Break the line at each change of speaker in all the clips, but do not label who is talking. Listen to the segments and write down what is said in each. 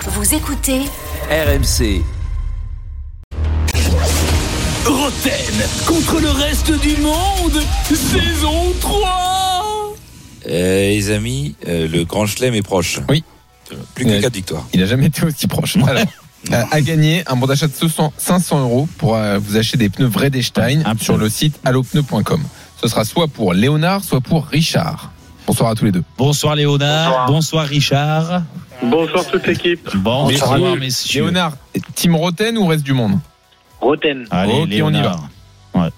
Vous écoutez
RMC. Roten contre le reste du monde, saison 3
Euh, les amis, euh, le grand chelem est proche.
Oui.
Euh, Plus que
Ouais.
4 victoires.
Il n'a jamais été aussi proche. Alors, euh, à gagner un bon d'achat de 200 500 euros pour euh, vous acheter des pneus Vredestein sur le site allopneu.com. Ce sera soit pour Léonard, soit pour Richard. Bonsoir à tous les deux.
Bonsoir Léonard, bonsoir,
Bonsoir.
Richard.
Bonsoir toute l'équipe.
Bon,
Bonsoir.
bonsoir messieurs.
Léonard, Team Roten ou reste du monde
Roten.
Allez,
Ok,
Léonard. Ouais.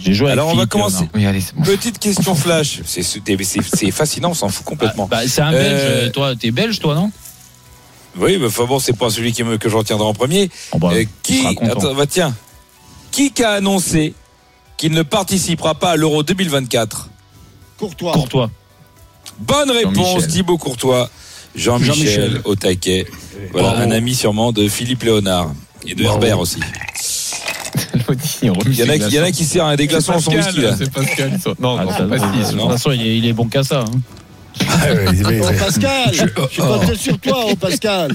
J'ai joué
Alors, on
avec
va
Philippe,
commencer. Bah,
Léonard.
Oui, allez, c'est bon.
Petite question flash. C'est- C'est c'est fascinant, on s'en fout
Ah,
complètement.
Bah, c'est un
Euh,
belge, toi, t'es belge, toi, non
bah.
Oui, mais enfin bon, c'est pas celui qui me- que je retiendrai en premier.
Oh, bah,
Euh,
tu
qui,
seras content.
attends, bah, tiens, qui a annoncé qu'il ne participera pas à l'Euro 2024
Courtois.
Courtois.
Bonne réponse,
Jean-Michel.
Thibaut Courtois. Jean-Michel
Jean-Michel.
au taquet. Voilà,
Bravo.
un ami sûrement de Philippe Léonard et de
Bravo.
Herbert aussi. Il y en a, qui- il y en a qui sert un des glaçons à son whisky là.
C'est Pascal. ça. Non,
Ah,
non,
ça-
c'est pas
de
si.
toute
non. Mmh.
façon, il est, il est bon qu'à ça. hein.
Oh, Pascal, je, suis pas très sur toi, oh Pascal.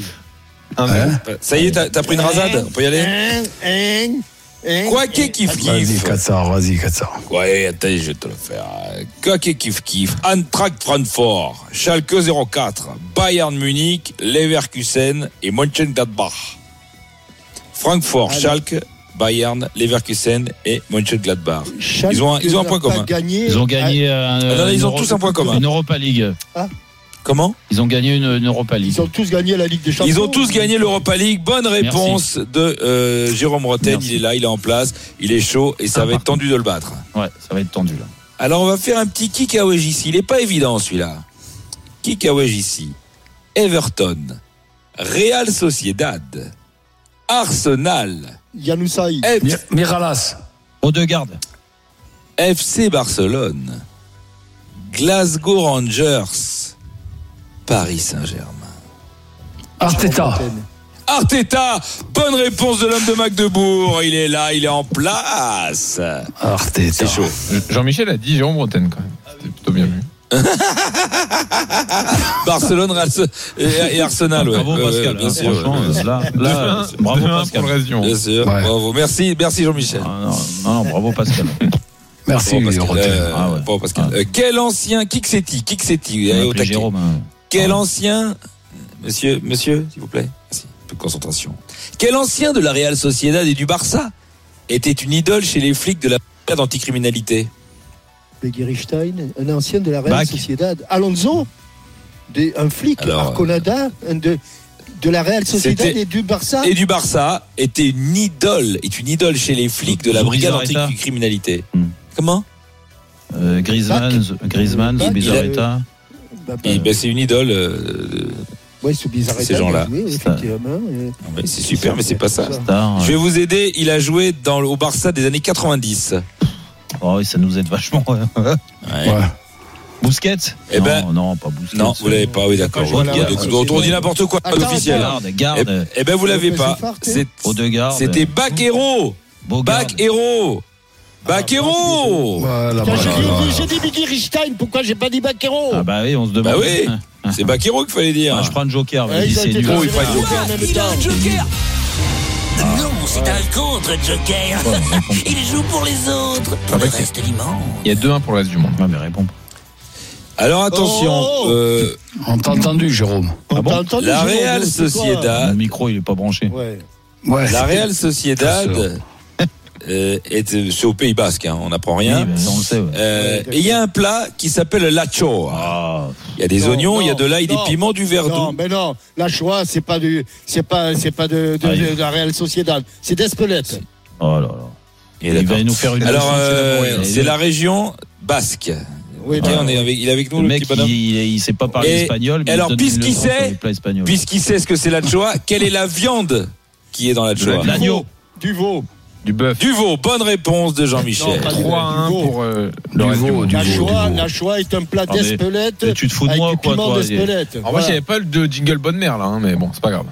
Hein
Un zéro.
Ça y est, t'as t'as pris une rasade On peut y aller
Hein, hein, hein.
Quoi qu'il kiffe
Vas-y,
kiffe.
400, vas-y, 400.
Ouais, attends, je vais te le faire. Quoi qu'il kiffe kiffe. Eintracht Francfort, Schalke 04, Bayern Munich, Leverkusen et Mönchengladbach. Francfort,
Allez.
Schalke, Bayern, Leverkusen et Mönchengladbach. Ils ont un- ils ont un point
Schalke n'a
commun.
pas gagné.
Ils ont gagné. un-
Ah, non, ils
une
ont
Euro-
tous un point commun.
Une Europa League.
Comment
Ils ont gagné une, une Europa League.
ah, Ils ont tous gagné la Ligue des Champions.
Ils ont tous gagné l'Europa League. Bonne réponse de euh, Jérôme Roten.
Merci.
Il est là, il est en place, il est chaud et ça
Ah,
va être tendu de le battre.
Ouais, ça va être tendu là.
Alors on va faire un petit kick à Wedge ici. Il n'est pas évident celui-là. Kick à Wedge ici. Everton, Real Sociedad, Arsenal,
Yanousaï.
F-
Miralas.
Odegaard.
FC Barcelone, Glasgow Rangers, Paris Saint-Germain.
Arteta.
Arteta, bonne réponse de l'homme de Magdebourg. Il est là, il est en place.
Arteta.
C'est chaud.
Jean-Michel a dit Jérôme Roten quand même. C'était plutôt bien vu.
Barcelone Real So- et et Arsenal. Ah, ouais.
Ah, Bravo
Ouais, ouais,
Pascal.
bien
hein,
sûr,
franchement,
ouais.
euh, là, là,
Demain-
bravo
demain pour
Pascal.
le reste du monde.
Bien sûr.
Ouais.
Bravo. Merci, merci Jean-Michel.
Ah, non, non, non, bravo Pascal.
Merci,
Bon, Pascal,
Roten.
euh,
Ah ouais.
bon, Pascal. Euh, quel ancien Kixetti Kixetti
On
euh,
va
au
appeler
taquet.
Jérôme. hein.
Quel
Ah.
ancien Monsieur, monsieur, s'il vous plaît. Merci. Un peu de concentration. Quel ancien de la Real Sociedad et du Barça était une idole chez les flics de la brigade anticriminalité
Beguerichstein, un ancien de la Real
Bach.
Sociedad. Alonso, des- un flic,
Alors, euh.
Arconada, un de, de la Real Sociedad
C'était-
et du Barça.
Et du Barça était une idole, est une idole chez les flics de la brigade
Zubizarreta.
anticriminalité.
Hmm.
Comment
Euh, Griezmann, Griezmann,
Bac,
Zubizarreta.
Bah, bah,
Et ben, C'est une idole. euh,
ouais, c'est bizarre.
ces gens-là.
Oui, effectivement. Euh,
euh, c'est super, mais c'est pas ça.
Star,
Je vais vous aider. Il a joué dans, le- au Barça des années 90.
Oh, oui, ça nous aide vachement.
Ouais.
Bousquet
Eh
non,
ben-
non, pas euh, Bousquet.
Non, vous l'avez pas, oui, d'accord.
Voilà.
Donc, donc, on dit n'importe quoi, pas
Attends,
d'officiel.
attends.
Garde, garde.
Eh ben, vous l'avez
Lopez
pas.
Fofard,
C'est-
Odegaard. euh,
C'était Bac Hero.
Bogard.
Bac Hero.
Ah,
Bac Hero.
Voilà,
Quand
voilà,
j'ai dit-
voilà.
j'ai dit Beguerichstein, pourquoi j'ai pas dit Baquero
Ah bah oui, on se demande.
Bah oui. Ah.
Ah,
C'est Bac Hero qu'il fallait
Ah,
dire.
je prends le Joker. vas-y,
Eh, ils ont
c'est
été
nul.
Oh, il
transférés
faut
en même temps.
Joker Non, c'est un contre-Joker. Il joue pour les autres, pour le reste du monde.
Il y a 2-1 pour le reste du monde.
Ouais, mais réponds pas.
Alors attention.
Oh.
euh,
On t'a entendu, Jérôme.
On
Ah bon
t'a entendu,
la
Jérôme,
Real
c'est toi.
Mon
Sociedad.
micro, il est pas branché.
Ouais.
Ouais.
La Real Sociedad.
Attention.
euh, est, euh, c'est au Pays Basque, hein, on n'apprend
Oui,
rien.
bah, ça, on le sait. ouais.
Euh, et il y a un plat qui s'appelle l'acho.
Ah,
Il y a des
Non,
oignons, il y a
non,
de l'ail, des
non,
piments, du verre
Non,
doux.
mais non, la Shoah, c'est pas du, c'est pas, c'est pas de, de,
Ah,
de-
il-
de la Real Sociedad, c'est d'Espelette.
oh là là.
est
Il va
d'accord.
nous faire une.
Alors,
leçon,
euh,
c'est la moyenne.
c'est la région basque.
Oui,
Ok,
ben,
on est avec, il est avec nous,
Eh Le
le,
mec,
petit
il,
bonhomme.
il- il sait pas parler
Et-
espagnol. Mais
alors,
il donne une
puisqu'il
leçon
sait-
sur les plats espagnols.
Puisqu'il sait ce que c'est la Shoah, quelle est la viande qui est dans la Shoah
La- L'agneau.
Du veau.
Du bœuf.
Du veau, bonne réponse de
Non,
Jean-Michel.
pas du-
3-1
du veau.
pour euh, le
Du
reste du
veau,
monde.
du
la,
veau,
Shoah,
du veau.
la Shoah est un plat
Ah, mais-
d'Espelette
mais tu te fous de
avec
moi,
du
quoi,
piment
toi, Ah,
d'Espelette.
En vrai, il n'y avait pas de jingle bonne mère là, hein, mais bon, c'est pas grave.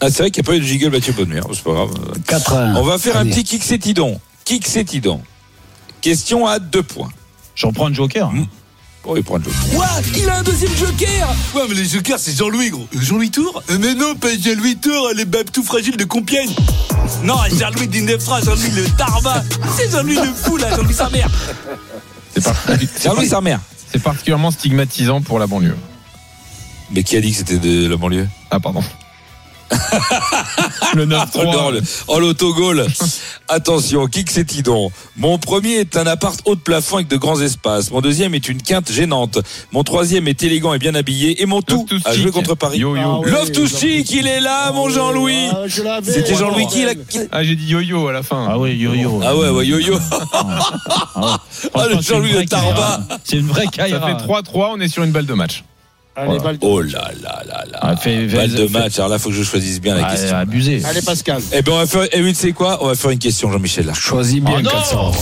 Ah, c'est vrai qu'il n'y a pas eu de jiggle Mathieu Bonnemer, c'est pas grave.
4-1.
On va faire un
Allez.
petit kick sétidon. Kick sétidon. Question à deux points.
J'en prends le Joker.
Mm. Oh, il prend le joker.
Ouah, il a un deuxième joker
Ouais, mais les jokers, c'est Jean-Louis, gros. Euh, Jean-Louis Tour Euh, Mais non, pas Jean-Louis Tour, les babes tout fragiles de Compiègne. Non, Jean-Louis d'Indefra, Jean-Louis le Tarba. C'est Jean-Louis le fou, là, Jean-Louis sa mère.
C'est parti- c'est
Jean-Louis,
parti-
sa mère.
c'est particulièrement stigmatisant pour la banlieue.
Mais qui a dit que c'était de la banlieue
Ah, pardon.
Le
Oh, non,
9-3.
le- oh, l'autogol Attention, qui que c'est donc Mon premier est un appart haut de plafond avec de grands espaces. Mon deuxième est une quinte gênante. Mon troisième est élégant et bien habillé. Et mon tout
Loftus
a joué
Cheek.
contre Paris.
Yo, yo.
Ah ouais.
Love to chic, il est là, mon Jean-Louis
Ah, je l'avais.
C'était Jean-Louis qui, là
Ah, j'ai dit yo-yo à la fin.
Ah oui, yo-yo.
Ah ouais, ouais, yo-yo
Ah,
Ah, le
franchement, c'est une
Jean-Louis
vraie
de Tarba.
caïra. C'est une vraie
Ça
caïra.
fait 3-3, on est sur une balle de match.
Allez, balle de-
Oh là là là là
Ah, fais- fais-
Balle de
fais-
match, alors là, faut que je choisisse bien la
Ah,
question.
abusé.
Allez, Pascal.
Eh ben, on va faire... Eh oui, tu sais quoi On va faire une question, Jean-Michel, là.
Choisis bien 400 euros.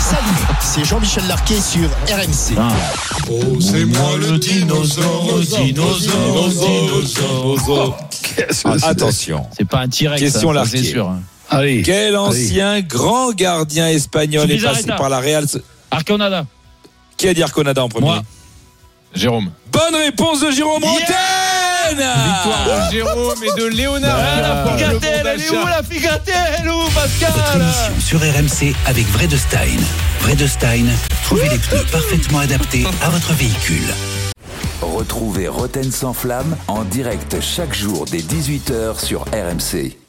Salut, c'est Jean-Michel Larquet sur RMC.
Ah.
C'est moi le dinosaure,
dinosaure,
dinosaure.
Ah,
Ah,
Attention
C'est pas un T-Rex.
Question
ça, ça, c'est
larguée.
sûr. hein.
Allez.
Quel ancien grand gardien espagnol est
Zubizarreta.
passé par la Real
Arconada.
Qui a dit Arconada en premier
Moi.
Jérôme.
Bonne réponse de Jérôme Montaigne
Victoire de Jérôme et de Léonard.
Ah.
qui remporte le bon d'achat.
la figatelle Où, Pascal
Émission sur RMC avec Vredestein. Vredestein, trouvez les pneus parfaitement adaptés à votre véhicule.
Retrouvez Roten sans flamme en direct chaque jour dès 18h sur RMC.